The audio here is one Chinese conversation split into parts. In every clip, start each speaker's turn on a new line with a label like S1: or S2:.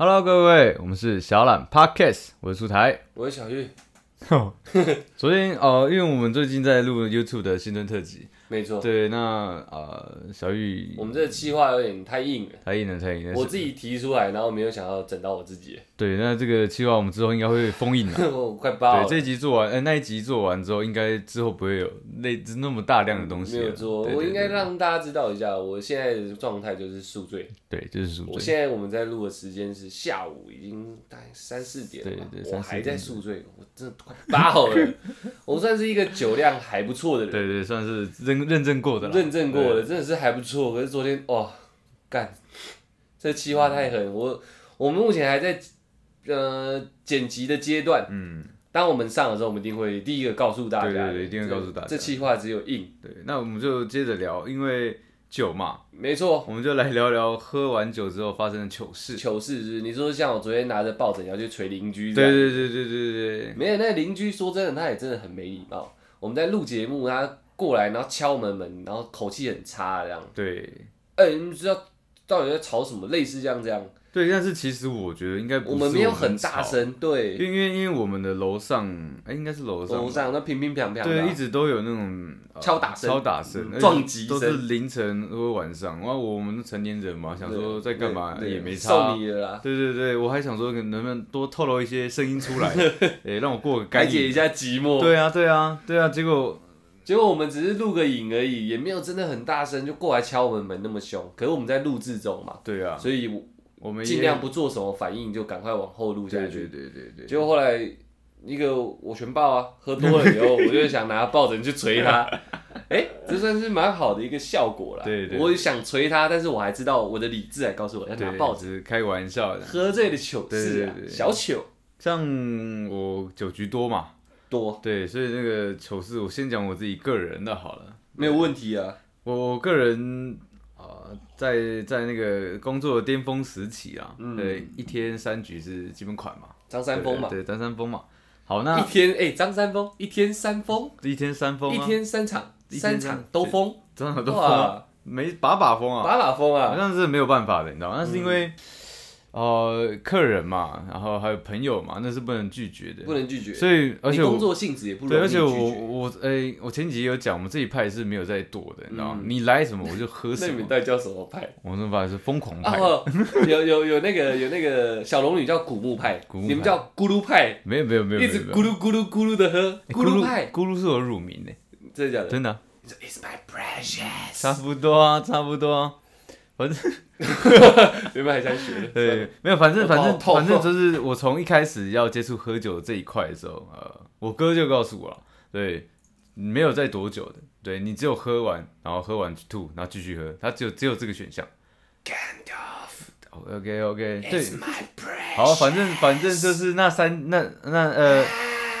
S1: Hello，各位，我们是小懒 Podcast，我是出 台。
S2: 我是小玉，
S1: 昨天呃，因为我们最近在录 YouTube 的新春特辑，
S2: 没错。
S1: 对，那呃，小玉
S2: 我们这个计划有点太硬了，
S1: 太硬了，太硬了。
S2: 我自己提出来，然后没有想到整到我自 己，
S1: 对，那这个计划我们之后应该会封印 了。
S2: 我快爆
S1: 对，
S2: 了。
S1: 这一集做完，呃，那一集做完之后，应该之后不会有类那么大量的东西
S2: 没
S1: 了。
S2: 有做，
S1: 对
S2: 我
S1: 对
S2: 应该
S1: 对
S2: 让大家知道一下，我现在的状态就是宿醉。
S1: 对，就是宿
S2: 我
S1: 醉。
S2: 现在我们在录的时间是下午，已经大概三四点了吧
S1: 对对，
S2: 我
S1: 三四
S2: 还
S1: 点
S2: 在宿醉，我真的快爆 了。我算是一个酒量还不错的人，
S1: 对对，算是认认证过的啦，
S2: 认证过的，真的是还不错。可是昨天哇，干，这气化太
S1: 嗯
S2: 狠。我我们目前还在呃剪辑的阶段，嗯，当我们上的时候，我们一定会第一个告诉大家的，
S1: 对对对一定会告诉大家
S2: 这气化只有硬，
S1: 对。对，那我们就接着聊，因为酒嘛，
S2: 没错。
S1: 我们就来聊聊喝完酒之后发生的糗事。
S2: 糗事是不是你说像我昨天拿着抱枕要去捶邻居这
S1: 对
S2: 样，
S1: 对对对对对，
S2: 没有那邻居说真的，他也真的很没礼貌。我们在录节目，他过来然后敲门门，然后口气很差这样，
S1: 对
S2: 哎、你们知道到底在吵什么？类似这样这样，
S1: 对，但是其实我觉得应该不是
S2: 我们没有
S1: 很
S2: 很
S1: 吵，
S2: 大声，对
S1: 因，为因为因为我们的楼上，哎、应该是楼上
S2: 楼
S1: 吧，
S2: 上那乒乒乓乓的
S1: 对，一
S2: 啊，
S1: 直都有那种、呃
S2: 敲打声
S1: 敲打声
S2: 嗯、
S1: 而且
S2: 撞击
S1: 都
S2: 声
S1: 是凌晨或晚上。哇，我们成年人嘛，想说在干嘛
S2: 对
S1: 也没
S2: 送
S1: 差。
S2: 你了啦，
S1: 对对对，我还想说能不能多透露一些声音 出来，哎、让我过个
S2: 排
S1: 干
S2: 解
S1: 瘾
S2: 一。下寂寞。
S1: 对啊，对啊，对啊，结果
S2: 结果我们只是录个影而已，也没有真的很大声就过来敲我们门那么凶。可是我们在录制中嘛，
S1: 对啊，
S2: 所以我
S1: 我们也
S2: 尽量不做什么反应，就赶快往后录下
S1: 对对
S2: 去。
S1: 对对对，
S2: 结果后来一个我全爆啊，喝多了 以后，我就想拿抱枕去捶他。哎、这算是蛮好的一个效果啦。
S1: 对对对
S2: 我想捶他，但是我还知道我的理智还告诉我要拿
S1: 对
S2: 抱枕。
S1: 只是开个玩笑的。
S2: 喝醉的糗事啊，
S1: 对对对
S2: 小糗
S1: 像我酒局多嘛，
S2: 多。
S1: 对，所以那个糗事，我先讲我自己个人的好了。
S2: 没有问题啊。
S1: 我我个人啊、呃在在那个工作的巅峰时期啊，
S2: 嗯
S1: 对，一天三局是基本款嘛，
S2: 张三丰嘛，
S1: 对，对张三丰嘛。好，
S2: 一
S1: 那
S2: 天哎，张三丰一天三封，
S1: 一天三封
S2: 一
S1: 啊，
S2: 天三场，
S1: 一天
S2: 三
S1: 三
S2: 场都封，
S1: 张好多封啊，
S2: 哇，
S1: 没把把封啊，
S2: 把把嗯封
S1: 好
S2: 啊，
S1: 像是没有办法的，你知道吗？那是因为、呃客人嘛，然后还有朋友嘛，那是不能拒绝的，
S2: 不能拒绝。
S1: 所以而且
S2: 你
S1: 我
S2: 工作性质也不容
S1: 对，
S2: 易
S1: 而
S2: 拒
S1: 且我
S2: 绝。
S1: 我诶、我前几集有讲，我们这一派是没有在躲的，你知道吗？
S2: 嗯
S1: 你来什么我就喝
S2: 那
S1: 什
S2: 你们
S1: 么，
S2: 到底叫什么派？
S1: 我们派是疯狂派，
S2: 哦，有有有那个有那个小龙女叫古墓派，
S1: 古墓派
S2: 你们叫咕噜派，
S1: 没有没有没有，
S2: 一
S1: 没有
S2: 直
S1: 没有
S2: 咕噜咕噜咕噜的喝，
S1: 欸
S2: 咕噜派，
S1: 咕噜是我乳名呢，
S2: 真的假的
S1: 真的 啊、
S2: 你说？It's my precious，
S1: 差不多啊，差不多、啊，反正
S2: 原本还想学，
S1: 对，没有，反正
S2: 我头
S1: 反
S2: 好
S1: 正
S2: 痛
S1: 反正就是我从一开始要接触喝酒这一块的时候，呃，我哥就告诉我了，对，没有在躲酒的，对你只有喝完，然后喝完吐，然后继续喝，他只有只有这个选项。OK OK，对，
S2: ，It's my precious，
S1: 好，反正反正就是那三那那呃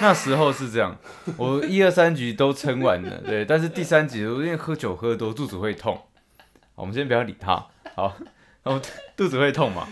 S1: 那时候是这样，我一二三局都撑完了，对，但是第三局我因为喝酒喝多，肚子会痛。好我们先不要理他，好，然后肚子会痛嘛，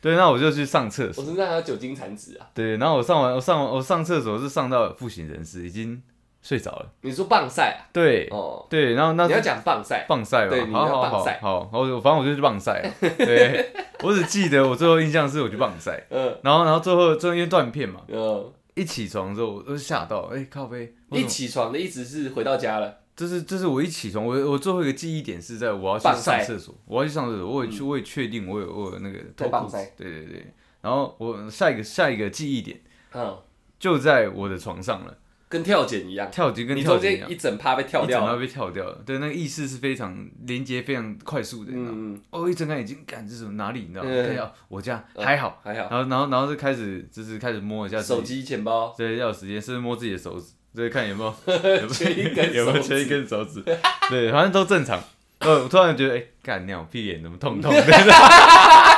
S1: 对，那我就去上厕所，
S2: 我身上还有酒精残值啊。
S1: 对，然后我上完我上完我上厕所是上到不省人事，已经睡着了，
S2: 你说棒赛啊？
S1: 对
S2: 哦，
S1: 对，然后那
S2: 你要讲棒赛，
S1: 棒赛吧
S2: 对，你
S1: 好
S2: 要
S1: 好
S2: 棒
S1: 好
S2: 赛
S1: 好，好我反正我就去棒赛了， 对我只记得我最后印象是我去棒赛，
S2: 嗯
S1: 然后然后最后最后因为断片嘛。
S2: 嗯，
S1: 一起床之后，我都吓到，哎、靠背，我怎
S2: 一
S1: 么
S2: 起床的意思是回到家了，
S1: 就是就是我一起床，我我最后一个记忆点是在我要去
S2: 棒
S1: 上
S2: 赛
S1: 厕所，我要去上厕所，我
S2: 嗯
S1: 也去、我也确定我有我有那个脱
S2: 在棒
S1: 裤子
S2: 赛，
S1: 对对对，然后我下一个下一个记忆点
S2: 嗯，
S1: 就在我的床上了，
S2: 跟跳剪一样，
S1: 跳级跟
S2: 你
S1: 跳
S2: 中
S1: 级一样，
S2: 间一整趴被跳
S1: 一整
S2: 掉
S1: 要
S2: 了，
S1: 被跳掉了，对，那个意识是非常连接非常快速的，你知道吗
S2: 嗯，嗯
S1: 哦，一睁开眼睛，感这是什么哪里，你知道吗？
S2: 嗯
S1: 看一下我家还好，
S2: 还
S1: 然
S2: 好，
S1: 后然后然后就开始就是开始摸一下自己
S2: 手机、钱包，
S1: 对，要有时间，甚至摸自己的手指，对，看有没有有没
S2: 缺一
S1: 有
S2: 根
S1: 有没有
S2: 手
S1: 缺一
S2: 指
S1: 根手指，对，反正都正常。呃，我突然觉得，哎、干尿屁眼怎么痛痛的？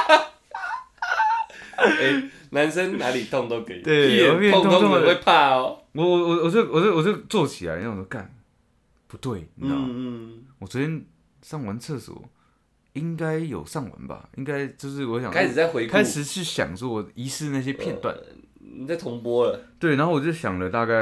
S2: 哎，男生哪里痛都可以，
S1: 对
S2: 屁
S1: 我屁眼
S2: 眼痛
S1: 痛痛
S2: 的
S1: 的
S2: 会怕哦，
S1: 我我我我就我就我就坐起来，然后我说干，不对，你知道吗？
S2: 嗯嗯，
S1: 我昨天上完厕所，应该有上完吧？应该就是我想
S2: 嗯
S1: 哎
S2: 开始在呃回顾，
S1: 开始去想说我遗失那些片段，
S2: 你在重播了，
S1: 对，然后我就想了大概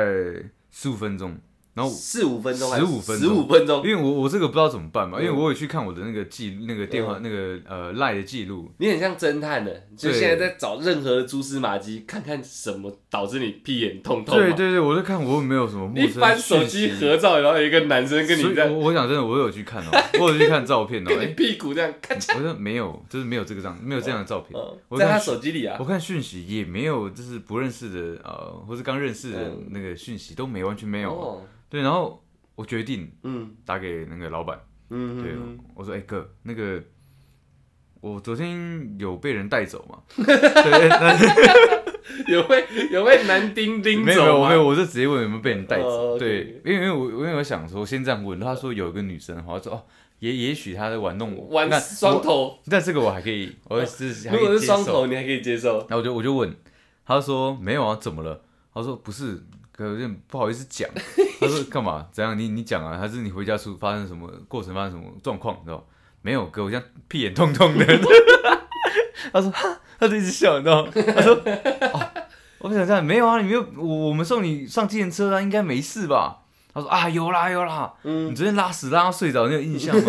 S1: 十五分钟，然后
S2: 四五分钟还是
S1: 15分
S2: 十
S1: 钟
S2: 五分钟
S1: 因，为我我这个不知道怎么办嘛，
S2: 嗯
S1: 因为我有去看我的那个记录那个电话那个呃赖的记录，
S2: 你很像侦探的，就
S1: 对
S2: 现在在找任何的蛛丝马迹，看看什么导致你屁眼痛痛嘛。
S1: 对对对，我在看我有没有什么陌
S2: 一
S1: 生
S2: 翻手机
S1: 讯息
S2: 合照，然后有一个男生跟
S1: 所
S2: 你
S1: 以
S2: 在
S1: 我我讲真的，我有去看哦，我有去看照片哦，
S2: 跟你
S1: 哎，
S2: 屁股这样看，
S1: 我说没有，就是没有这个张，没有这样的照片。
S2: 嗯
S1: 我
S2: 在
S1: 看
S2: 他手机里啊
S1: 我，看讯息也没有，就是不认识的呃，或是刚认识的
S2: 嗯
S1: 那个讯息都没，完全没有。
S2: 哦，
S1: 对，然后我决定
S2: 嗯
S1: 打给那个老板，
S2: 嗯，
S1: 对
S2: 嗯，
S1: 我说：“哎、哥，那个我昨天有被人带走嘛？”对，那
S2: 有位有位男丁丁
S1: 没有没有
S2: 走
S1: 没有，
S2: 吗？
S1: 我就直接问有没有被人带
S2: 哦
S1: 走。
S2: ，OK
S1: 对，因为因为我因为我想说先这样问，他说有一个女生，我说哦，也也许她在玩弄我，
S2: 玩
S1: 那
S2: 双
S1: 我，
S2: 头，
S1: 那这个我还可 以，我是还
S2: 如
S1: 可
S2: 果
S1: 以
S2: 是
S1: 接
S2: 双
S1: 受。
S2: 头，你还可以接受。
S1: 然后我就我就问，他说没有啊，怎么了？他说不是，可有点不好意思讲。他说干嘛？怎样？你你讲啊？还是你回家时候发生什么过程发生什么状况？你知道吗？没有哥，我像屁眼痛痛的。 他说哈，他就一直笑，你知道吗？他说、哦、我想这样，没有啊，你没有我我们送你上计程车啊，应该没事吧？他说啊，有啦有啦，
S2: 嗯
S1: 你昨天拉屎拉到睡着，你有印象吗？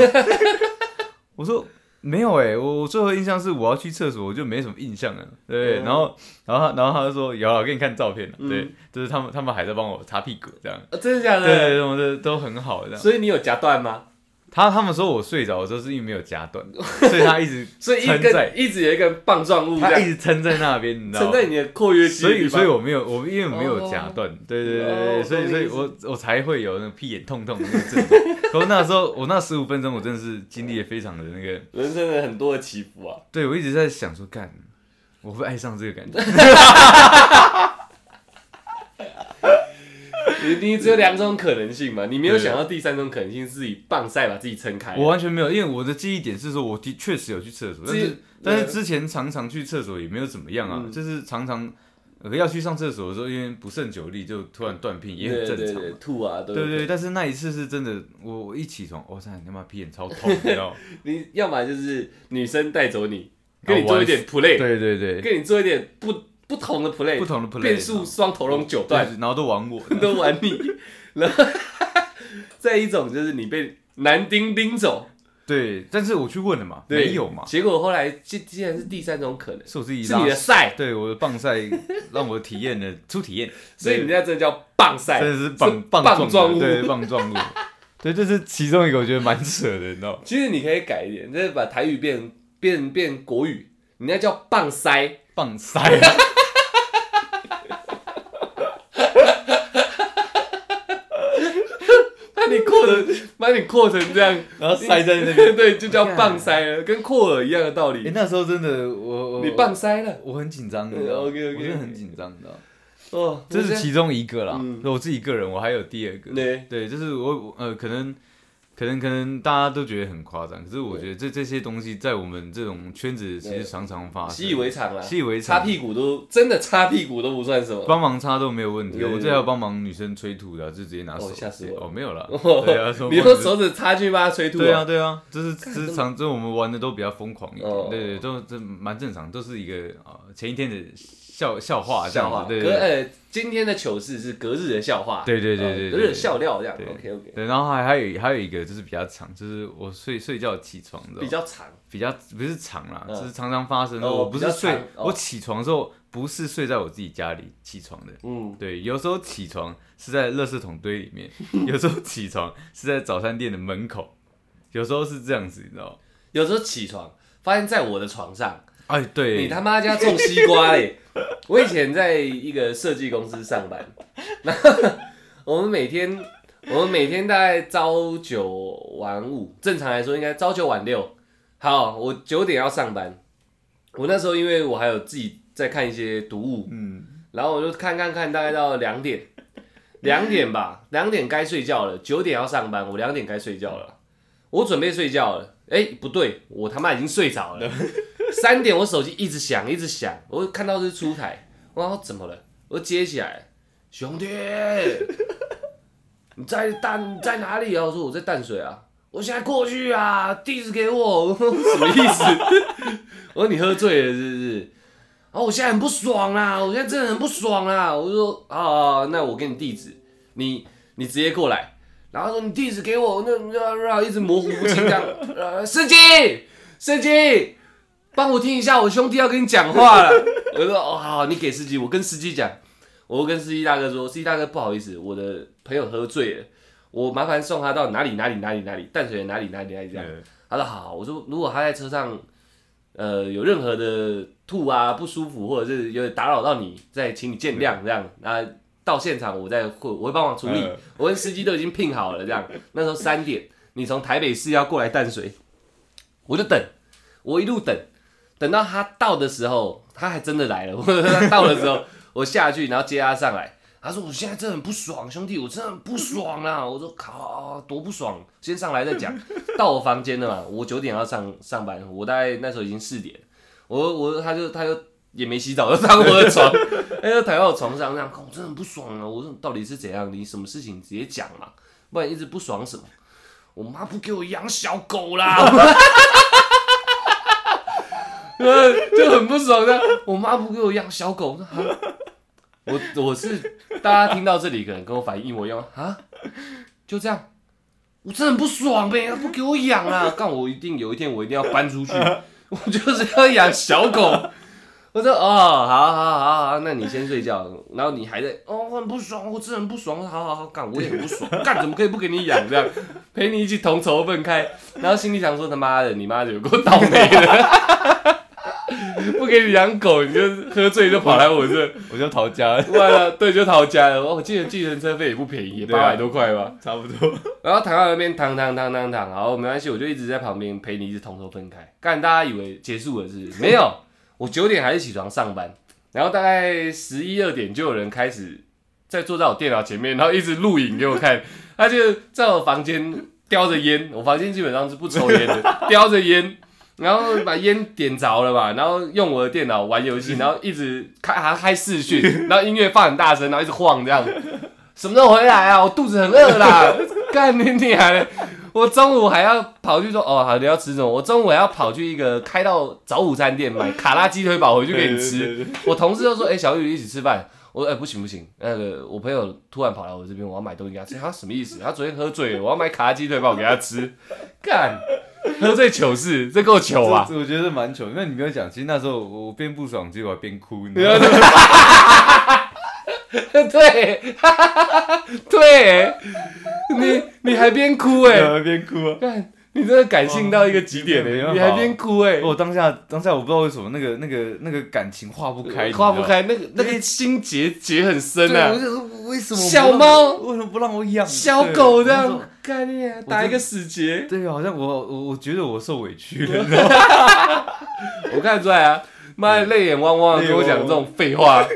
S1: 我说没有哎、我我最后印象是我要去厕所，我就没什么印象了。对，
S2: 嗯
S1: 然后然后他然后他就说有啊，我给你看照片了。
S2: 嗯
S1: 对，就是他们他们还在帮我擦屁股这样。
S2: 啊真的假
S1: 对对
S2: 的？
S1: 对，我的都很好这样。
S2: 所以你有夹断吗？
S1: 他他们说我睡着的时候是因为没有夹短， 所以他一直
S2: 所以一
S1: 撑在
S2: 根一直有一根棒状物这
S1: 他一
S2: 样
S1: 直撑在那边，你知道
S2: 撑
S1: 吗？
S2: 在你的括约肌
S1: 所
S2: 的
S1: 以
S2: 地方，
S1: 所以我没有我因为没有夹断，对对对对，
S2: 哦
S1: 所以
S2: 懂
S1: 所
S2: 你
S1: 以
S2: 意思
S1: 我我才会有那个屁眼痛痛的那个症状。 可我那时候我那十五分钟我真的是经历了非常的那个。
S2: 人生的很多的起伏啊。
S1: 对，我一直在想说，干，我会爱上这个感觉。
S2: 你你只有两种可能性嘛，你没有
S1: 对
S2: 想到第三种可能性是以棒赛把自己撑开。
S1: 我完全没有，因为我的记忆点是说，我的确实有去厕所，但
S2: 自己
S1: 是但是
S2: 对
S1: 之前常常去厕所也没有怎么样啊，
S2: 嗯
S1: 就是常常、呃、要去上厕所的时候，因为不胜酒力就突然断片，也很正
S2: 对
S1: 常
S2: 对对
S1: 嘛。
S2: 吐啊，对
S1: 对对对，但是那一次是真的，我我一起床，哇塞，你他妈屁眼超痛，你知 道吗？
S2: 你要么就是女生带走你，
S1: 然后
S2: 跟你做一点 play，
S1: 对对对，
S2: 跟你做一点不不同的 play，
S1: 不同的 play，嗯
S2: 变速双头龙九
S1: 对
S2: 段，
S1: 然后都玩我，
S2: 都玩你， 然后再一种就是你被男丁拎走，
S1: 对，但是我去问了嘛，
S2: 对
S1: 没有嘛，
S2: 结果后来竟竟然是第三种可能，
S1: 是我自己
S2: 是
S1: 拉
S2: 你的
S1: 屎，
S2: 赛，
S1: 对我的棒赛让我体验了初体验，
S2: 所以
S1: 对
S2: 人家真的叫棒赛，
S1: 真的是棒
S2: 哎棒
S1: 棒
S2: 状
S1: 状
S2: 物
S1: 物，对棒状物， 对，这是其中一个我觉得蛮扯的，你知道吗？
S2: 其实你可以改一点，就是把台语变变变国语，人家叫 棒塞，
S1: 棒塞、啊，
S2: 把你扩成 把你扩成这样，
S1: 然后塞在那边。
S2: 对对，就叫棒塞了，跟扩耳一样的道
S1: 哎、
S2: 理。
S1: 那时候真的我我
S2: 你棒塞了
S1: 我很紧张的
S2: 嗯
S1: 你知道吗
S2: OK，OK，
S1: 我真的很紧张的，
S2: 哦，
S1: 这是
S2: 样
S1: 其中一个啦。
S2: 嗯
S1: 我自己个人，我还有第二个，
S2: 对
S1: 对，就是我我呃可能。可能可能大家都觉得很夸张，可是我觉得这这些东西在我们这种圈子其
S2: 对
S1: 实常常发生，
S2: 习以为常啦，
S1: 啊习以为
S2: 擦
S1: 常，
S2: 屁股都真的擦屁股都不算什么。
S1: 帮忙擦都没有问题。
S2: 对对
S1: 我这还有帮忙女生吹吐的啊，就直接拿手
S2: 哦吓死我了
S1: 哦没有啦， 对 啊，说
S2: 你
S1: 帮
S2: 用
S1: 女生
S2: 手指插去帮他吹吐
S1: 对
S2: 啊？
S1: 啊，对啊，这是这是常，这我们玩的都比较疯狂一点，
S2: 哦
S1: 对对，都这蛮正常，都是一个呃前一天的笑笑话这
S2: 笑
S1: 样
S2: 话，
S1: 子，对
S2: 隔
S1: 对
S2: 呃今天的糗事是隔日的笑话，
S1: 对对对
S2: 呃
S1: 对对
S2: 隔日的笑料这样。
S1: 对
S2: OK OK，
S1: 对，然后还还有还有一个就是比较长，就是我睡睡觉起床的哦
S2: 比较长，
S1: 比较不是长啦，
S2: 嗯
S1: 就是常常发生的。
S2: 哦
S1: 我不
S2: 比
S1: 是
S2: 较长
S1: 睡，
S2: 哦
S1: 我起床的时候不是睡在我自己家里起床的，
S2: 嗯，
S1: 对，有时候起床是在垃圾桶堆里面， 有时候起床是在早餐店的门口，有时候是这样子，你知道吗？
S2: 有时候起床发现在我的床上，
S1: 哎，对，
S2: 你他妈家种西瓜嘞！我以前在一个设计公司上班，然后我们每天我们每天大概朝九晚五，正常来说应该朝九晚六。好，我九点要上班。我那时候因为我还有自己在看一些读物，
S1: 嗯，
S2: 然后我就看看看，大概到两点，两点吧，两点该睡觉了，九点要上班，我两点该睡觉了，我准备睡觉了，哎、不对，我他妈已经睡着了，三点我手机一直响一直响，我看到是出台，我说怎么了？我接起来，兄弟，你在淡你在哪里啊？我说我在淡水啊。我现在过去啊，地址给我， 我说什么意思？我说你喝醉了是不是？然后我现在很不啊爽啦，我现在真的很不爽啦。我就说啊，那我给你地址，你你直接过来，然后说你地址给我，那那那一直模糊不清这样，呃，司机司机，帮我听一下，我兄弟要跟你讲话了。我说哦好，你给司机，我跟司机讲，我跟司机大哥说，司机大哥不好意思，我的朋友喝醉了，我麻烦送他到哪里哪里哪里哪里，淡水的哪里哪里哪里这样。
S1: 对
S2: 他说好，我说如果他在车上，呃，有任何的吐啊不舒服，或者是有点打扰到你，再请你见谅这样。那到现场我再会，我会帮忙处理
S1: 嗯。
S2: 我跟司机都已经聘好了这样。那时候三点，你从台北市要过来淡水，我就等，我一路等，等到他到的时候，他还真的来了。 我他到的时候，我下去，然后接他上来。他说：“我现在真的很不爽，兄弟，我真的很不爽啦！”我说：“靠，多不爽！先上来再讲。” 到我房间了嘛，我九点要上上班，我大概那时候已经四点，我我他就他就也没洗澡，就上我的床，他就躺在我床上这样，看我真的很不爽啊！我说到底是怎样？你什么事情直接讲嘛，不然一直不爽什么？我妈不给我养小狗啦， 呃，就很不爽的。我妈不给我养小狗，我说啊我我是大家听到这里可能跟我反应一模一样啊，就这样。我真的很不爽呗，不给我养啊！干我一定有一天我一定要搬出去，我就是要养小狗。我说哦，好好好好，那你先睡觉。然后你还在哦，我很不爽，我真的很不爽。好好好，干我也很不爽，干怎么可以不给你养这样？陪你一起同仇愤慨。然后心里想说他妈的，你妈的有够倒霉的， 不给你养狗，你就喝醉就跑来我这，
S1: 我就逃家了，
S2: 完了对就逃家了。我记得计程车费也不便宜，
S1: 对啊
S2: 八百多块吧。
S1: 差不多。
S2: 然后躺在那边躺躺躺躺躺，然后没关系，我就一直在旁边陪你一直同仇分开。干，大家以为结束了是不是没有，我九点还是起床上班，然后大概十一二点就有人开始在坐在我电脑前面，然后一直录影给我看。 他就在我房间叼着烟，我房间基本上是不抽烟的，叼着烟，然后把烟点着了嘛，然后用我的电脑玩游戏，然后一直开还开视讯，然后音乐放很大声，然后一直晃这样。什么时候回来啊？我肚子很饿啦！ 干你你还，我中午还要跑去说哦，好你要吃什么？我中午还要跑去一个开到早午餐店买卡拉鸡腿堡回去给你吃。
S1: 对，对对
S2: 我同事就说：“哎、小玉一起吃饭。”我说：“哎、不行不行，那个我朋友突然跑来我这边，我要买东西给他吃。他什么意思？他昨天喝醉了，我要买卡拉鸡腿堡给他吃。干，喝醉糗事，这够糗
S1: 这
S2: 啊！
S1: 这我觉得蛮糗。那你没有讲，其实那时候我我边不爽，结果还边哭，你知道吗？
S2: 对，对，你你还边哭哎、
S1: 然后 边哭啊。
S2: 干，你真的感性到一个极点哎、
S1: 哦没办法
S2: 你还边哭哎、
S1: 我当下当下我不知道为什么那个那个那个感情化不开，
S2: 化不
S1: 你知道吗。啊
S2: 开，那个那个心结结很深
S1: 对，我
S2: 啊。
S1: 就说为什么不
S2: 小
S1: 让
S2: 猫
S1: 为什么不让我养
S2: 小狗这？
S1: 对我
S2: 样
S1: 就说，
S2: 干你啊打一个死结。
S1: 对，啊好像我我我觉得我受委屈了，
S2: 啊我看得出来啊，妈
S1: 嗯
S2: 的泪眼汪汪的跟我讲这种废话。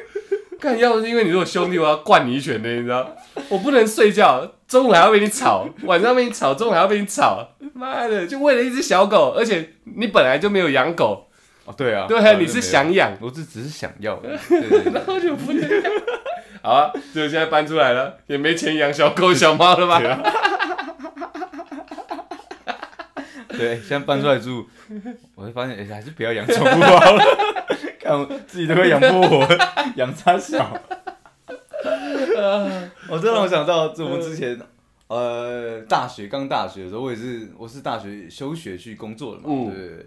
S2: 看，要不是因为你是我兄弟，我要灌你一拳的，你知道？我不能睡觉，中午还要被你吵，晚上被你吵，中午还要被你吵，妈的，就为了一只小狗，而且你本来就没有养狗，
S1: 哦，对啊，
S2: 对
S1: 反
S2: 啊，
S1: 正
S2: 你是
S1: 没有，
S2: 想养，
S1: 我只只是想要 而已，对对对
S2: 然后就不能养。 好啊，就现在搬出来了，也没钱养小狗小猫了吧？
S1: 对，现在搬出来住，我就发现哎还是不要养宠物好了， 看我自己都快养不活， 养它小。我哦这让我想到，这我们之前呃大学刚大学的时候，我也是我是大学休学去工作了嘛，
S2: 嗯
S1: 对对对。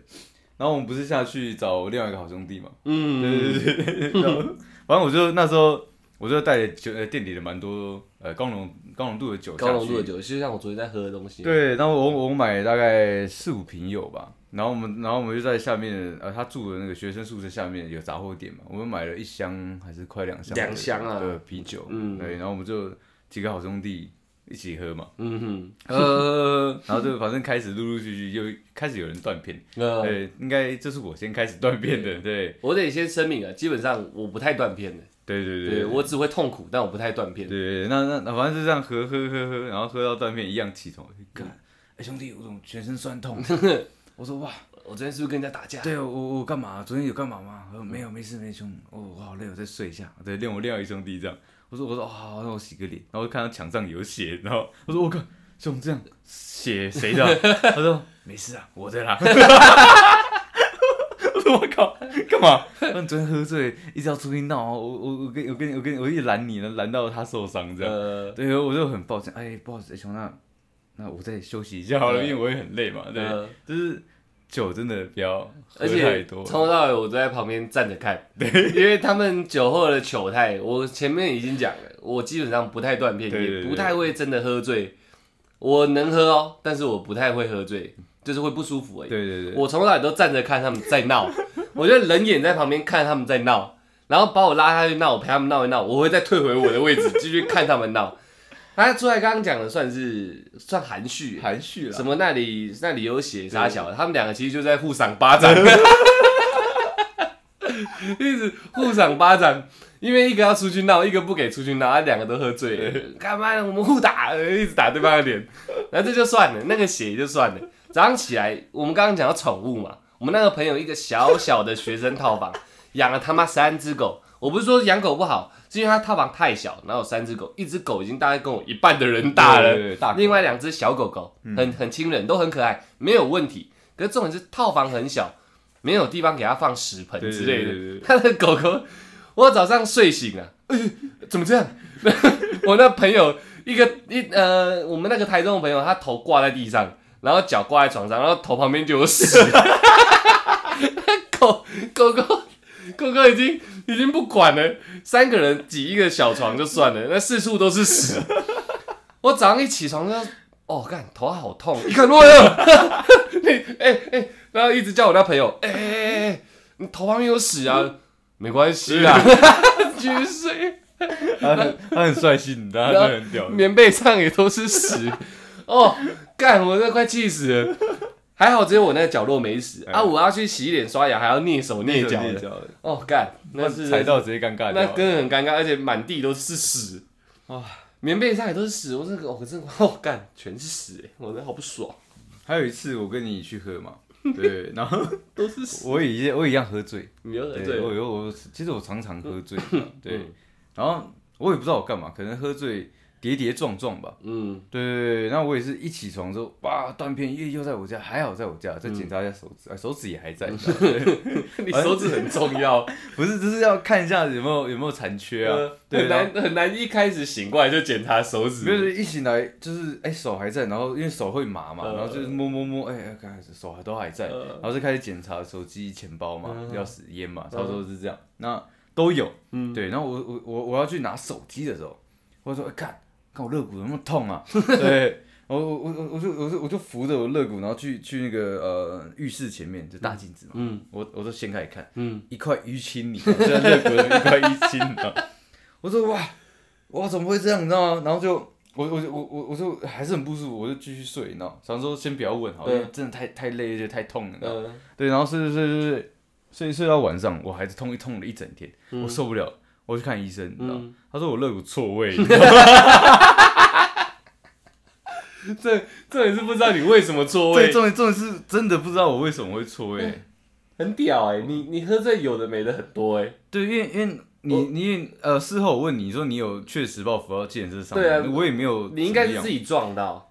S1: 然后我们不是下去找另外一个好兄弟嘛，
S2: 嗯，
S1: 对对对对，然 后反正我就那时候我就带着酒呃店里的蛮多呃高浓高浓度的酒下
S2: 高
S1: 去，
S2: 浓度的酒，就像我昨天在喝的东西，
S1: 对，然后我我买大概四五瓶有吧，然后我们然后我们就在下面呃他住的那个学生宿舍下面有杂货店嘛，我们买了一箱还是快两箱
S2: 两箱啊
S1: 的啤酒，
S2: 嗯
S1: 对，然后我们就几个好兄弟一起喝 嘛，
S2: 嗯
S1: 呃，然后就反正开始陆陆续续又开始有人断 片，
S2: 哼，呃，
S1: 对，应该这是我先开始断片的，对，
S2: 我得先声明啊，基本上我不太断片的。
S1: 对对
S2: 对我只会痛苦，但我不太断片。
S1: 对，那那那反正就这样喝喝喝喝，然后喝到断片一样起头，
S2: 嗯
S1: 干，哎、兄弟，我怎么全身酸 痛？我说哇，
S2: 我昨天是不是跟人家打架？
S1: 对我我干嘛？昨天有干嘛吗？他说没有，没事没事，兄弟，哦，我好累，我再睡一下。对，练我另外一兄弟这样，我说我说哦，好，那我洗个脸，然后看到墙上有血，然后我说我靠，兄这样 血谁的啊？他说没事啊，我的啦。我靠，干嘛？那你昨天喝醉，一直要出去闹，我我我跟我跟我跟我一直拦你呢，拦到他受伤这样。
S2: 呃，
S1: 对，我就很抱歉，哎，不好意思，哎熊那那我再休息一下好了，
S2: 嗯
S1: 因为我也很累嘛。对，
S2: 嗯
S1: 就是酒真的不要喝
S2: 而
S1: 太
S2: 且
S1: 多
S2: 从。头到尾我都在旁边站着看，因为他们酒后的糗态，我前面已经讲了，我基本上不太断片，
S1: 对对对
S2: 也不太会真的喝醉。我能喝哦，但是我不太会喝醉，就是会不舒服而已。
S1: 对对对，
S2: 我从头到尾都站着看他们在闹， 我就冷眼在旁边看他们在闹，然后把我拉下去闹，我陪他们闹一闹，我会再退回我的位置继续看他们闹。他出来刚刚讲的算是算含蓄，
S1: 含蓄啦
S2: 什。么那里那里有血啥小的，他们两个其实就在互赏巴掌，一直互赏巴掌，因为一个要出去闹，一个不给出去闹，他两个都喝醉了，干嘛我们互打，一直打对方的脸，然后这就算了，那个血也就算了。早上起来，我们刚刚讲到宠物嘛，我们那个朋友一个小小的学生套房养了他妈三只狗，我不是说养狗不好，是因为他套房太小，然后有三只狗，一只狗已经大概跟我一半的人大了
S1: 对，对对大狗
S2: 另外两只小狗狗，很很亲人，都很可爱，没有问题。可是重点是套房很小，没有地方给它放屎盆
S1: 对对
S2: 之
S1: 对
S2: 类
S1: 对
S2: 的。
S1: 对
S2: 它的狗狗，我早上睡醒啊，哎怎么这样？ 我那朋友一个一呃，我们那个台中的朋友，他头挂在地上，然后脚挂在床上，然后头旁边就有屎。 狗狗狗狗狗已经已经不管了，三个人挤一个小床就算了，那四处都是屎。 我早上一起床就，哦，干头好痛，一看我哟， 你哎哎、然后一直叫我那朋友，哎哎哎哎，你头旁边有屎啊，没关系啦， 继续睡。
S1: 他 很他很率性，他真的很屌。
S2: 棉被上也都是屎。哦，干，我那快气死了。还好只有我那个角落没屎啊！
S1: 嗯
S2: 我要去洗脸刷牙，还要蹑手蹑脚
S1: 蹑
S2: 的。
S1: 脚的，
S2: 哦，干，那是
S1: 踩到直接尴尬
S2: 那
S1: 掉。
S2: 真的很尴尬，而且满地都是屎
S1: 哇
S2: 棉被上也都是屎，我这个我真的 哦干，全是屎、欸，我真的好不爽，
S1: 还有一次我跟你去喝嘛， 对，然后
S2: 都是屎。
S1: 我也一样我也一样喝醉，
S2: 你又得
S1: 对，
S2: 罪
S1: 我
S2: 我，
S1: 有我其实我常常喝 醉嘛，对
S2: 嗯，
S1: 然后我也不知道我干嘛，可能喝醉跌跌撞撞吧。
S2: 嗯
S1: 对对对，那我也是一起床之后，哇，断片又又在我家，还好在我家，再检查一下手指，哎，手指也还在，
S2: 你手指很重要，
S1: 不是，就是要看一下有没有有没有残缺啊
S2: 呃，
S1: 对，
S2: 很
S1: 然后
S2: 难很难一开始醒过来就检查手
S1: 没
S2: 指，
S1: 有一醒来就是哎手还在，然后因为手会麻嘛，
S2: 呃
S1: 然后就是摸摸摸，哎，哎看手还都还在，
S2: 呃
S1: 然后就开始检查手机、钱包嘛、
S2: 嗯
S1: 钥匙、烟嘛，差不多是这样，那都有，
S2: 嗯
S1: 对，然后我我我我要去拿手机的时候，我就说哎看看我肋骨有没有痛 啊，对。我我我我我就我就我就扶着我肋骨，然后去去那个呃浴室前面，就大镜子嘛，
S2: 嗯
S1: 我我就掀开一看，
S2: 嗯，
S1: 一块淤青，你知道 吗，就在肋骨的一块淤青，你知道吗 我说哇，哇怎么会这样，你知道吗？然后就我我就我我我就还是很不舒服，我就继续睡，你知道吗，想说先不要问好了，因为
S2: 对
S1: 真的太太累，而且太痛了，你知道吗
S2: 嗯。
S1: 对，然后睡睡睡睡睡睡睡到晚上，我还是痛一痛了一整天，我受不了，我去看医生，你知道吗，
S2: 嗯
S1: 他说我肋骨错 位，你知道吗
S2: 这这也是不知道你为什么错
S1: 对，
S2: 位，嗯
S1: 重点重点是真的不知道我为什么会错位，
S2: 很屌哎、你你喝醉有的没的很多哎、
S1: 对，因为因为。你你呃，事后我问你说你有确实报扶到健身上
S2: 对啊
S1: 面，我也没有怎么样，
S2: 你应该是自己撞到。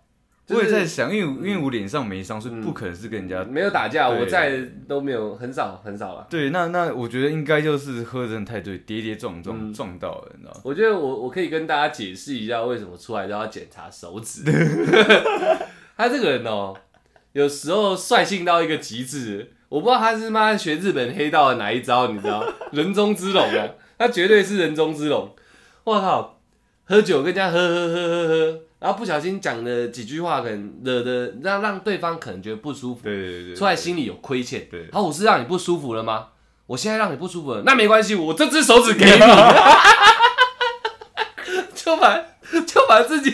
S2: 就
S1: 我也
S2: 是嗯
S1: 在想，因为我因为我脸上没伤，所以不可能是跟人家、
S2: 没有打架，
S1: 对啊
S2: 我在都没有，很少很少了。
S1: 对。那那我觉得应该就是喝真的太醉，跌跌撞撞、
S2: 嗯
S1: 撞到了，你知道吗？
S2: 我觉得我我可以跟大家解释一下为什么出来都要检查手指。他这个人哦，有时候率性到一个极致，我不知道他是妈学日本黑道的哪一招，你知道？人中之龙啊，他绝对是人中之龙。我靠，喝酒跟人家喝喝喝喝喝，然后不小心讲了几句话，可能惹的让让对方可能觉得不舒服，
S1: 对对对对，
S2: 出来心里有亏欠。
S1: 对
S2: 好，我是让你不舒服了吗？我现在让你不舒服了，那没关系，我这只手指 给你，就把就把自己，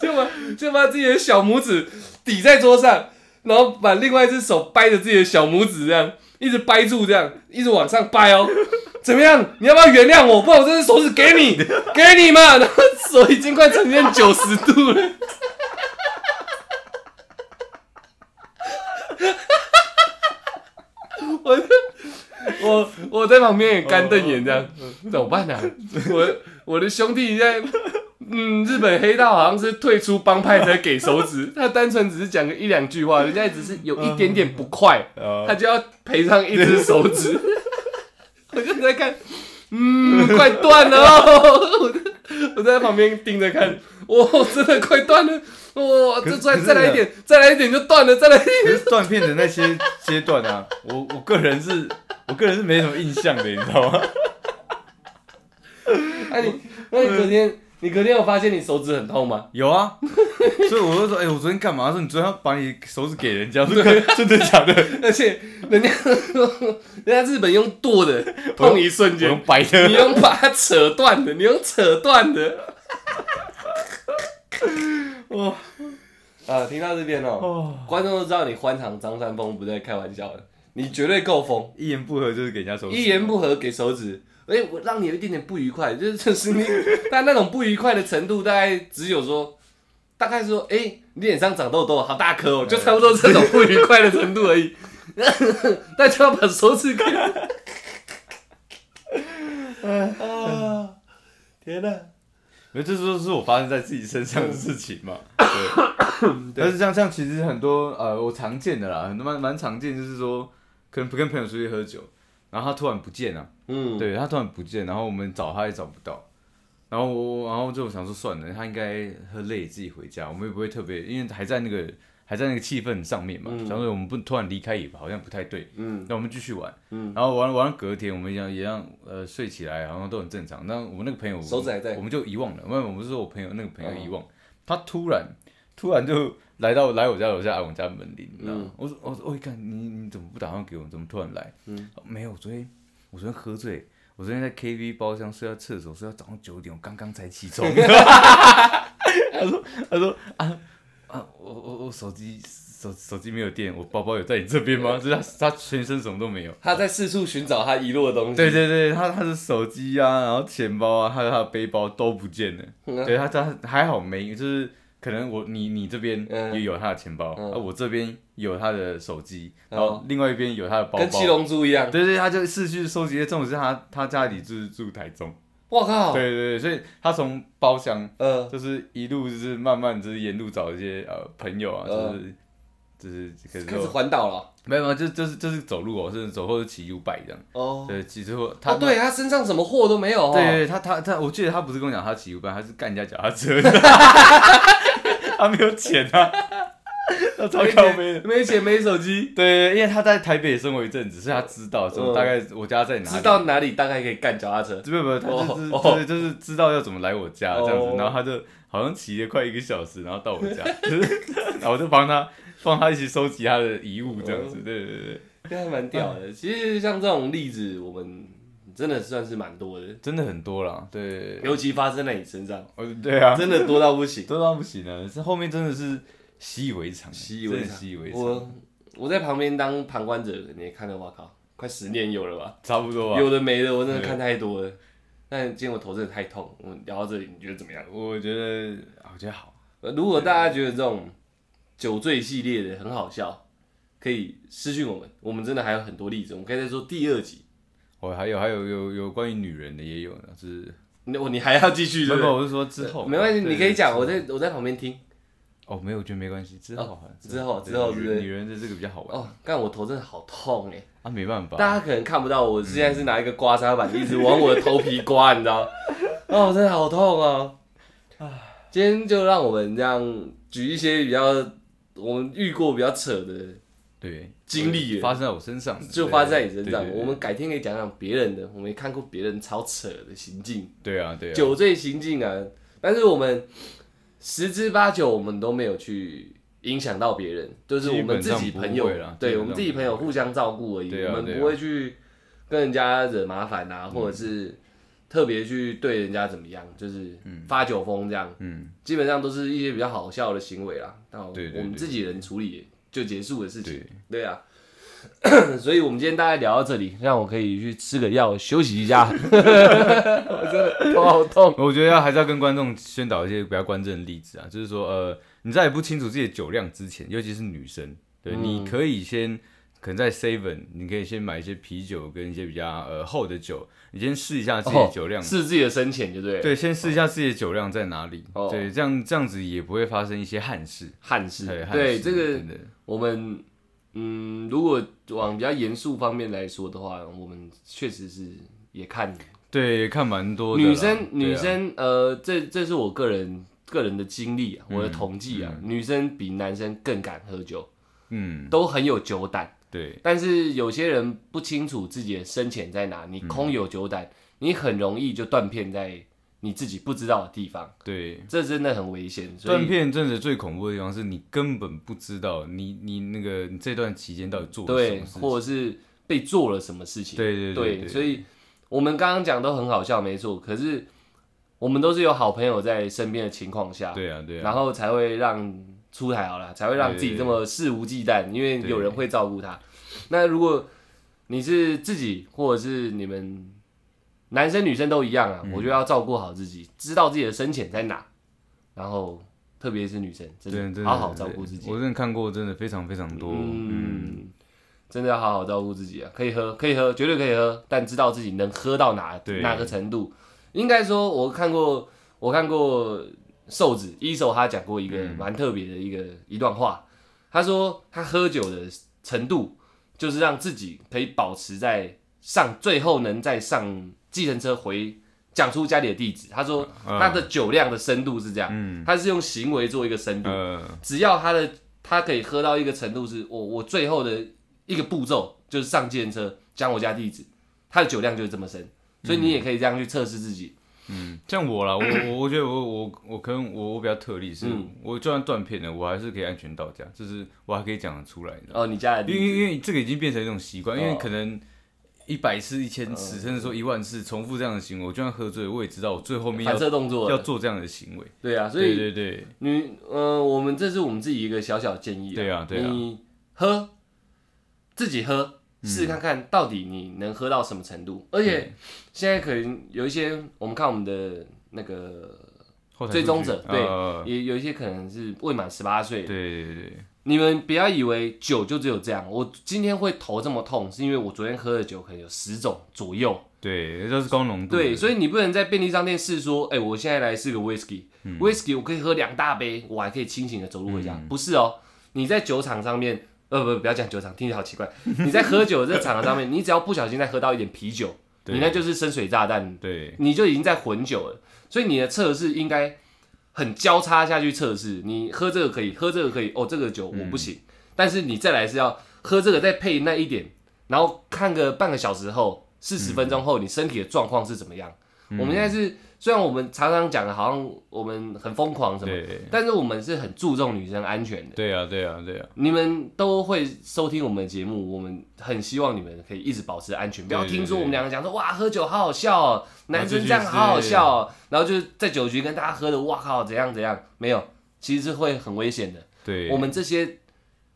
S2: 就把就把自己的小拇指 抵在桌上，然后把另外一只手掰着自己的小拇指，这样一直掰住，这样一直往上掰哦。怎么样？你要不要原谅我？不然我这只手指给你，给你嘛。然后手已经快呈现九十度了。我我哦我在旁边也干瞪眼这样，怎么办呢、啊？我我的兄弟现在嗯，日本黑道好像是退出帮派才给手指， 他单纯只是讲个一两句话，人家也只是有一点点不快，
S1: 呃
S2: 他就要赔上一只手 指。我就在看，嗯，快断了 哦！我在我在旁边盯着看，哇，真的快断了！哇，
S1: 可
S2: 这
S1: 是可
S2: 再
S1: 是
S2: 再来一点，再来一点就断了，再来一点。
S1: 可是断片的那些阶段啊，我我个人是，我个人是没什么印象的，你知道吗？
S2: 那、啊你，那
S1: 嗯
S2: 你隔天，你隔天有发现你手指很痛吗？
S1: 有啊，所以我就说，哎、我昨天干嘛？他说你昨天要把你手指给人家，我说真的假的？
S2: 而且人家人家日本用剁的，痛一瞬
S1: 我
S2: 间
S1: 用，白
S2: 你
S1: 的，
S2: 用把它扯断的，你用扯断的。哇！ 啊，听到这边哦，
S1: 哦
S2: 观众都知道你欢场张三丰不在开玩笑的，你绝对够疯，
S1: 一言不合就是给人家手指，
S2: 一言不合给手指，哎、我让你有一点点不愉快，就是就是你，但那种不愉快的程度大概只有说，大概说，哎、你脸上长痘痘，好大颗哦，就差不多这种不愉快的程度而已。 那就要把手 指给，啊，天哪、
S1: 没有，这都是我发生在自己身上的事情 嘛。对，但是像像其实很多呃，我常见的啦，很多蛮蛮常见，就是说可能跟朋友出去喝酒，然后他突然不见了、啊
S2: 嗯，
S1: 对他突然不见，然后我们找他也找不到，然后我然后就想说算了，他应该喝累自己回家，我们也不会特别，因为还在那个还在那个气氛上面嘛，
S2: 嗯
S1: 想说我们不突然离开也好像不太对，
S2: 嗯
S1: 那我们继续玩，
S2: 嗯
S1: 然后玩玩到隔天，我们一样一样呃睡起来，好像都很正常。那我那个朋友
S2: 手指还在
S1: 我们就遗忘了，没有，我们是说我朋友那个朋友遗忘，他突然突然就来到来我家楼下按我家门铃，你知道吗？我说我说我一看你你怎么不打电话给我？怎么突然来？
S2: 嗯
S1: 哦，没有，我昨天我昨天喝醉。我昨天在 KV 包厢睡到厕所，睡到早上九点，我刚刚才起床。他说：“他说啊啊，我我我手机手手机没有电，我包包有在你这边吗？”就是他他全身什么都没有。
S2: 他在四处寻找他遗落的东西。
S1: 对对对，他他的手机啊，然后钱包啊，还有他的背包都不见了。
S2: 嗯啊
S1: 对他他还好没，就是可能我你你这边
S2: 嗯
S1: 也有他的钱包，
S2: 嗯
S1: 啊我这边有他的手机，
S2: 嗯
S1: 然后另外一边有他的包
S2: 跟
S1: 包
S2: 七。龙珠一样。
S1: 对对，他就四去收集。重点是他他家里就是住台中，
S2: 我靠，
S1: 对对对，所以他从包厢
S2: 呃，
S1: 就是一路就是慢慢就是沿路找一些呃朋友啊，就
S2: 嗯
S1: 是就是可
S2: 开始
S1: 是
S2: 环岛了。
S1: 没有没有，就就是就是走路哦，是走或者骑 U 拜这样。
S2: 哦，
S1: 对，其实我他
S2: 哦，对他身上什么货都没有哦。
S1: 对对，他他他，我记得他不是跟我讲他骑 U 班，他是干人家脚踏 车，他没有钱啊，他超
S2: 没
S1: 靠背的
S2: 钱，。没钱，没手机，
S1: 对，因为他在台北也生活一阵子，所以他知道什么
S2: 嗯
S1: 大概我家在哪里。
S2: 知道哪里大概可以干脚踏车。
S1: 不不，他就是
S2: 哦
S1: 就是就是知道要怎么来我家这样
S2: 哦
S1: 子，然后他就好像骑了快一个小时，然后到我家， 就是然后我就帮他帮他一起收集他的遗物这
S2: 哦
S1: 样子。对对对，
S2: 这还蛮屌的。嗯其实像这种例子，我们真的算是蛮多的，
S1: 真的很多啦。对，
S2: 尤其发生在你身上，
S1: 哦对啊，
S2: 真的多到不行。
S1: 多到不行了，这后面真的是习以为常，
S2: 习以为
S1: 真的
S2: 常
S1: 习以为常，
S2: 我我在旁边当旁观者，你也看到，我靠，快十年有了吧？
S1: 差不多吧。
S2: 有的没的，我真的看太多了。但今天我头真的太痛，我们聊到这里，你觉得怎么样？
S1: 我觉得，啊我觉得好，
S2: 呃如果大家觉得这种酒醉系列的很好笑，可以私讯我们，我们真的还有很多例子，我们可以再做第二集。
S1: 我还有还有有有关于女人的也有呢，就是
S2: 你我你还要继续
S1: 没有
S2: 对不
S1: 没
S2: 对啊
S1: 有，我是说之后，啊
S2: 没关系，
S1: 对
S2: 你可以讲，我在我在旁边听。
S1: 哦，没有，我觉得没关系，之后好像
S2: 之后
S1: 对
S2: 之后
S1: 女
S2: 对不对
S1: 人女人的这个比较好玩
S2: 哦，干我头真的好痛哎！
S1: 啊，没办法，
S2: 大家可能看不到，我现在是拿一个刮痧板一直往我的头皮刮，你知 道？哦，真的好痛哦！今天就让我们这样举一些比较我们遇过比较扯的
S1: 对
S2: 经历耶
S1: 发生在我身上的，
S2: 就
S1: 对
S2: 发生在你身上
S1: 对。对
S2: 我们改天可以讲讲别人的，我们也看过别人超扯的行径，
S1: 对啊对啊，
S2: 酒醉行径啊。但是我们十之八九我们都没有去影响到别人，就是我们自己朋
S1: 基本上不
S2: 友
S1: 会啦，基本
S2: 对
S1: 上
S2: 我们自己朋友互相照顾而已，
S1: 对啊
S2: 我
S1: 对
S2: 们
S1: 啊嗯
S2: 不会去跟人家惹麻烦啊，或者是特别去对人家怎么样，就是发酒疯这样。
S1: 嗯，
S2: 基本上都是一些比较好笑的行为啦，那我
S1: 对对对
S2: 我们自己人处理就结束的事情
S1: 对，
S2: 对啊。 所以我们今天大概聊到这里，让我可以去吃个药休息 一下， 我真的头好痛。
S1: 我觉得要还是要跟观众宣导一些比较关键的例子啊，就是说，呃，你在不清楚自己的酒量之前，尤其是女生，对，
S2: 嗯
S1: 你可以先可能在 Seven，你可以先买一些啤酒跟一些比较呃厚的酒，你先试一下自己的酒量，
S2: 哦是自己的深浅，就对了。
S1: 对，先试一下自己的酒量在哪里，
S2: 哦
S1: 对，这样这样子也不会发生一些憾事。
S2: 汉式
S1: 对，，憾
S2: 对
S1: 事
S2: 这个
S1: 真的
S2: 我们嗯，如果往比较严肃方面来说的话，我们确实是也看
S1: 对看蛮多的啦
S2: 女生，
S1: 对
S2: 女
S1: 啊
S2: 生，呃，这这是我个人个人的经历啊，我的统计啊，女生比男生更敢喝酒，
S1: 嗯，
S2: 都很有酒胆。
S1: 对，
S2: 但是有些人不清楚自己的深浅在哪，你空有酒胆，你很容易就断片在你自己不知道的地方，
S1: 对，
S2: 这真的很危险。所
S1: 断
S2: 以
S1: 片真的最恐怖的地方是你根本不知道你你那个你这段期间到底做了什
S2: 对
S1: 么，事情，
S2: 或者是被做了什么事情，
S1: 对对
S2: 对
S1: 对，
S2: 所以我们刚刚讲都很好笑，没错。可是我们都是有好朋友在身边的情况下，
S1: 对啊对啊，
S2: 然后才会让出台好了，才会让自己这么肆无忌惮，因为有人会照顾他。那如果你是自己，或者是你们男生女生都一样
S1: 嗯
S2: 啊，我觉得要照顾好自己，知道自己的深浅在哪，然后特别是女生，真
S1: 真
S2: 的
S1: 的
S2: 好好照顾自己。
S1: 我真的看过，真的非常非常多。嗯，
S2: 嗯，真的要好好照顾自己啊！可以喝，可以喝，绝对可以喝，但知道自己能喝到哪
S1: 对
S2: 哪个程度。应该说，我看过，我看过瘦子一手他讲过一个
S1: 嗯
S2: 蛮特别的一个、一段话，他说他喝酒的程度就是让自己可以保持在上，最后能再上计程车回。讲出家里的地址，他说
S1: 啊
S2: 他的酒量的深度是这样，
S1: 嗯
S2: 他是用行为做一个深度，
S1: 呃，
S2: 只要他的他可以喝到一个程度是，我我最后的一个步骤就是上计程车讲我家地址，他的酒量就是这么深，所以你也可以这样去测试自己。
S1: 像我啦，我我我觉得我我我可能我我比较特例是，
S2: 嗯
S1: 我就算断片了，我还是可以安全到家，就是我还可以讲得出来，你知道吗？
S2: 哦，你家的
S1: 嗯因为
S2: 地址，
S1: 因为这个已经变成一种习惯，因为
S2: 哦
S1: 可能一百次、一千
S2: 嗯
S1: 次，甚至说一万次重复这样的行为，我就算喝醉了，我也知道我最后面
S2: 反
S1: 要
S2: 射动作
S1: 要
S2: 了，
S1: 做这样的行为。
S2: 对啊，所
S1: 对
S2: 以
S1: 对对，
S2: 你呃，我们这是我们自己一个小小的建议。
S1: 对啊对啊嗯
S2: 你喝，自己喝，试试看看到底你能喝到什么程度。而且现在可能有一些，我们看我们的那个
S1: 后台
S2: 追踪
S1: 数据
S2: 者对
S1: 呃
S2: 也有一些可能是未满十八岁
S1: 对，对对对，
S2: 你们不要以为酒就只有这样，我今天会头这么痛，是因为我昨天喝的酒可能有十种左右。
S1: 嗯对，这是高浓度的。
S2: 对，所以你不能在便利商店试说，哎、我现在来试个 whisky，whisky、我可以喝两大杯，我还可以清醒的走路回家。不是哦，你在酒场上面，呃不，不要讲酒场，听起来好奇怪。你在喝酒的这场合上面，你只要不小心再喝到一点啤酒，
S1: 对
S2: 你那就是深水炸弹，
S1: 对
S2: 你就已经在混酒了。所以你的测试应该很交叉下去测试，你喝这个可以，喝这个可以，哦，这个酒我不行。但是你再来是要喝这个再配那一点，然后看个半个小时后，四十分钟后你身体的状况是怎么样？我们现在是虽然我们常常讲的好像我们很疯狂什么，
S1: 对
S2: 但是我们是很注重女生安全的。
S1: 对啊对啊对啊，
S2: 你们都会收听我们的节目，我们很希望你们可以一直保持安全，不要
S1: 对对
S2: 听说
S1: 对啊
S2: 我们两个讲说哇喝酒好好笑、哦，
S1: 然后
S2: 男
S1: 就
S2: 生这
S1: 去
S2: 样
S1: 吃
S2: 好好笑、哦，然后就是在酒局跟大家喝的哇靠怎样怎样，没有，其实是会很危险的。
S1: 对，
S2: 我们这些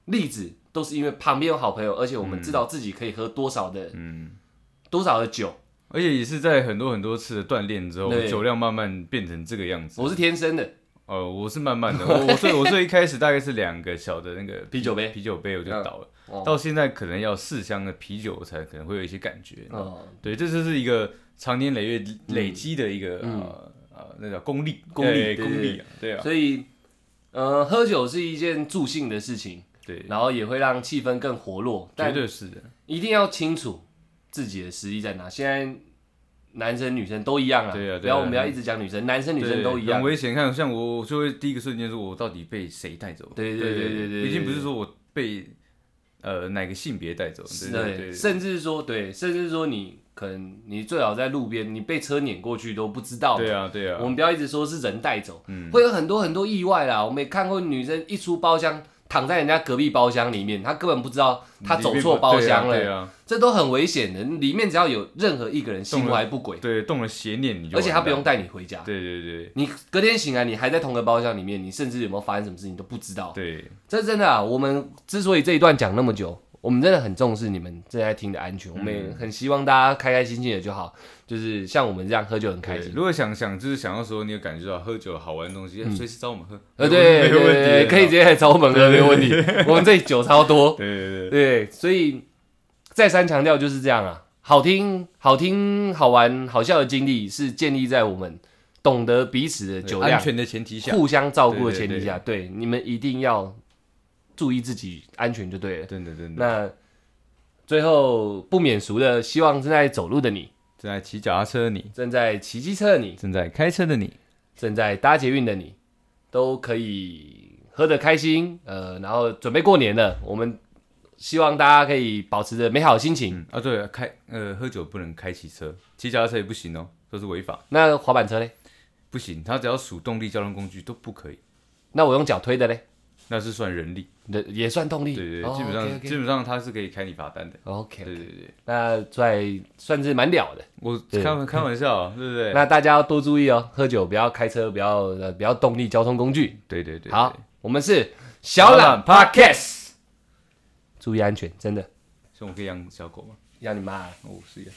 S2: 例子都是因为旁边有好朋友，而且我们知道自己可以喝多少的、
S1: 嗯。
S2: 多少的酒，
S1: 而且也是在很多很多次的锻炼之后，
S2: 对
S1: 酒量慢慢变成这个样子。
S2: 我是天生的
S1: 呃，我是慢慢的，我我最我最一开始大概是两个小的那个
S2: 啤酒杯。
S1: 啤酒杯我就倒了，
S2: 哦
S1: 到现在可能要四箱的啤酒我才可能会有一些感觉。
S2: 哦，
S1: 对，这就是一个常年累月累积的一个、呃呃那叫功力，
S2: 嗯功力对
S1: 对
S2: 对
S1: 功力啊，对啊，
S2: 所以，呃，喝酒是一件助兴的事情，
S1: 对，
S2: 然后也会让气氛更活络，
S1: 绝
S2: 但
S1: 对是的，
S2: 一定要清楚自己的实力在哪。现在男生女生都一样啊，
S1: 对啊对啊
S2: 不要我们不要一直讲女生，男生女生
S1: 对
S2: 都一样
S1: 很。危险，看像我，我就会第一个瞬间说，我到底被谁带走？
S2: 对对对对对
S1: 已经不是
S2: 对
S1: 说我被呃哪个性别带走，对对对
S2: 对，，甚至说对，甚至说你可能你最好在路边，你被车碾过去都不知道。
S1: 对啊对啊
S2: 我，们不要一直说是人带走，会有很多很多意外啦。我们也看过女生一出包厢，躺在人家隔壁包厢里面，她根本不知道她走错包厢
S1: 对
S2: 了，
S1: 啊，
S2: 这都很危险的。里面只要有任何一个人心怀不轨
S1: 对啊，对，动了邪念你就，
S2: 而且她不用，带你回家，
S1: 对对
S2: 你隔天醒来，你还在同个包厢里面，你甚至有没有发生什么事情都不知道。
S1: 对对
S2: 这真的啊，我们之所以这一段讲那么久，我们真的很重视你们正在听的安全，我
S1: 嗯
S2: 们也很希望大家开开心心的就好，就是像我们这样喝酒很开
S1: 对
S2: 心。
S1: 如果想想就是想要说你有感觉到喝酒好玩的东西，哎随时找我们喝，
S2: 呃，对
S1: 没有
S2: 对
S1: 问题
S2: 对，可以直接来找我们喝，没有问题。 我们这里酒超多，
S1: 对对对，
S2: 对，所以再三强调就是这样啊，好听、好听、好玩、好笑的经历是建立在我们懂得彼此的酒
S1: 安
S2: 量、
S1: 全的前提下，
S2: 互相照顾的前提下，对你们一定要注意自己安全就对了。
S1: 真的真的。
S2: 那最后不免俗的，希望正在走路的你，
S1: 正在骑脚踏车的你，
S2: 正在骑机车的你，
S1: 正在开车的你，
S2: 正在搭捷运的你，都可以喝得开心，呃，然后准备过年了，我们希望大家可以保持着美好的心情。
S1: 嗯啊对，开呃喝酒不能开骑车，骑脚踏车也不行哦，都是违法，
S2: 那滑板车嘞？
S1: 不行。它只要属动力交通工具都不可以，
S2: 那我用脚推的嘞，
S1: 那是算人力。
S2: 也也算动力。
S1: 对对
S2: 哦
S1: 对，基本上
S2: OK，OK
S1: 基本上它是可以开你罚单的。
S2: OK，,
S1: 对对对，
S2: 那算算是蛮了的。
S1: 我
S2: 对
S1: 开玩开玩笑哦，对不对？
S2: 那大家要多注意哦，喝酒不要开车，不要呃不要动力交通工具。
S1: 对对对，
S2: 好
S1: 对，，
S2: 我们是小懒 Podcast，注意安全，真的
S1: 所以我可以养小狗吗？哦
S2: 要你妈啊。
S1: 我试一下。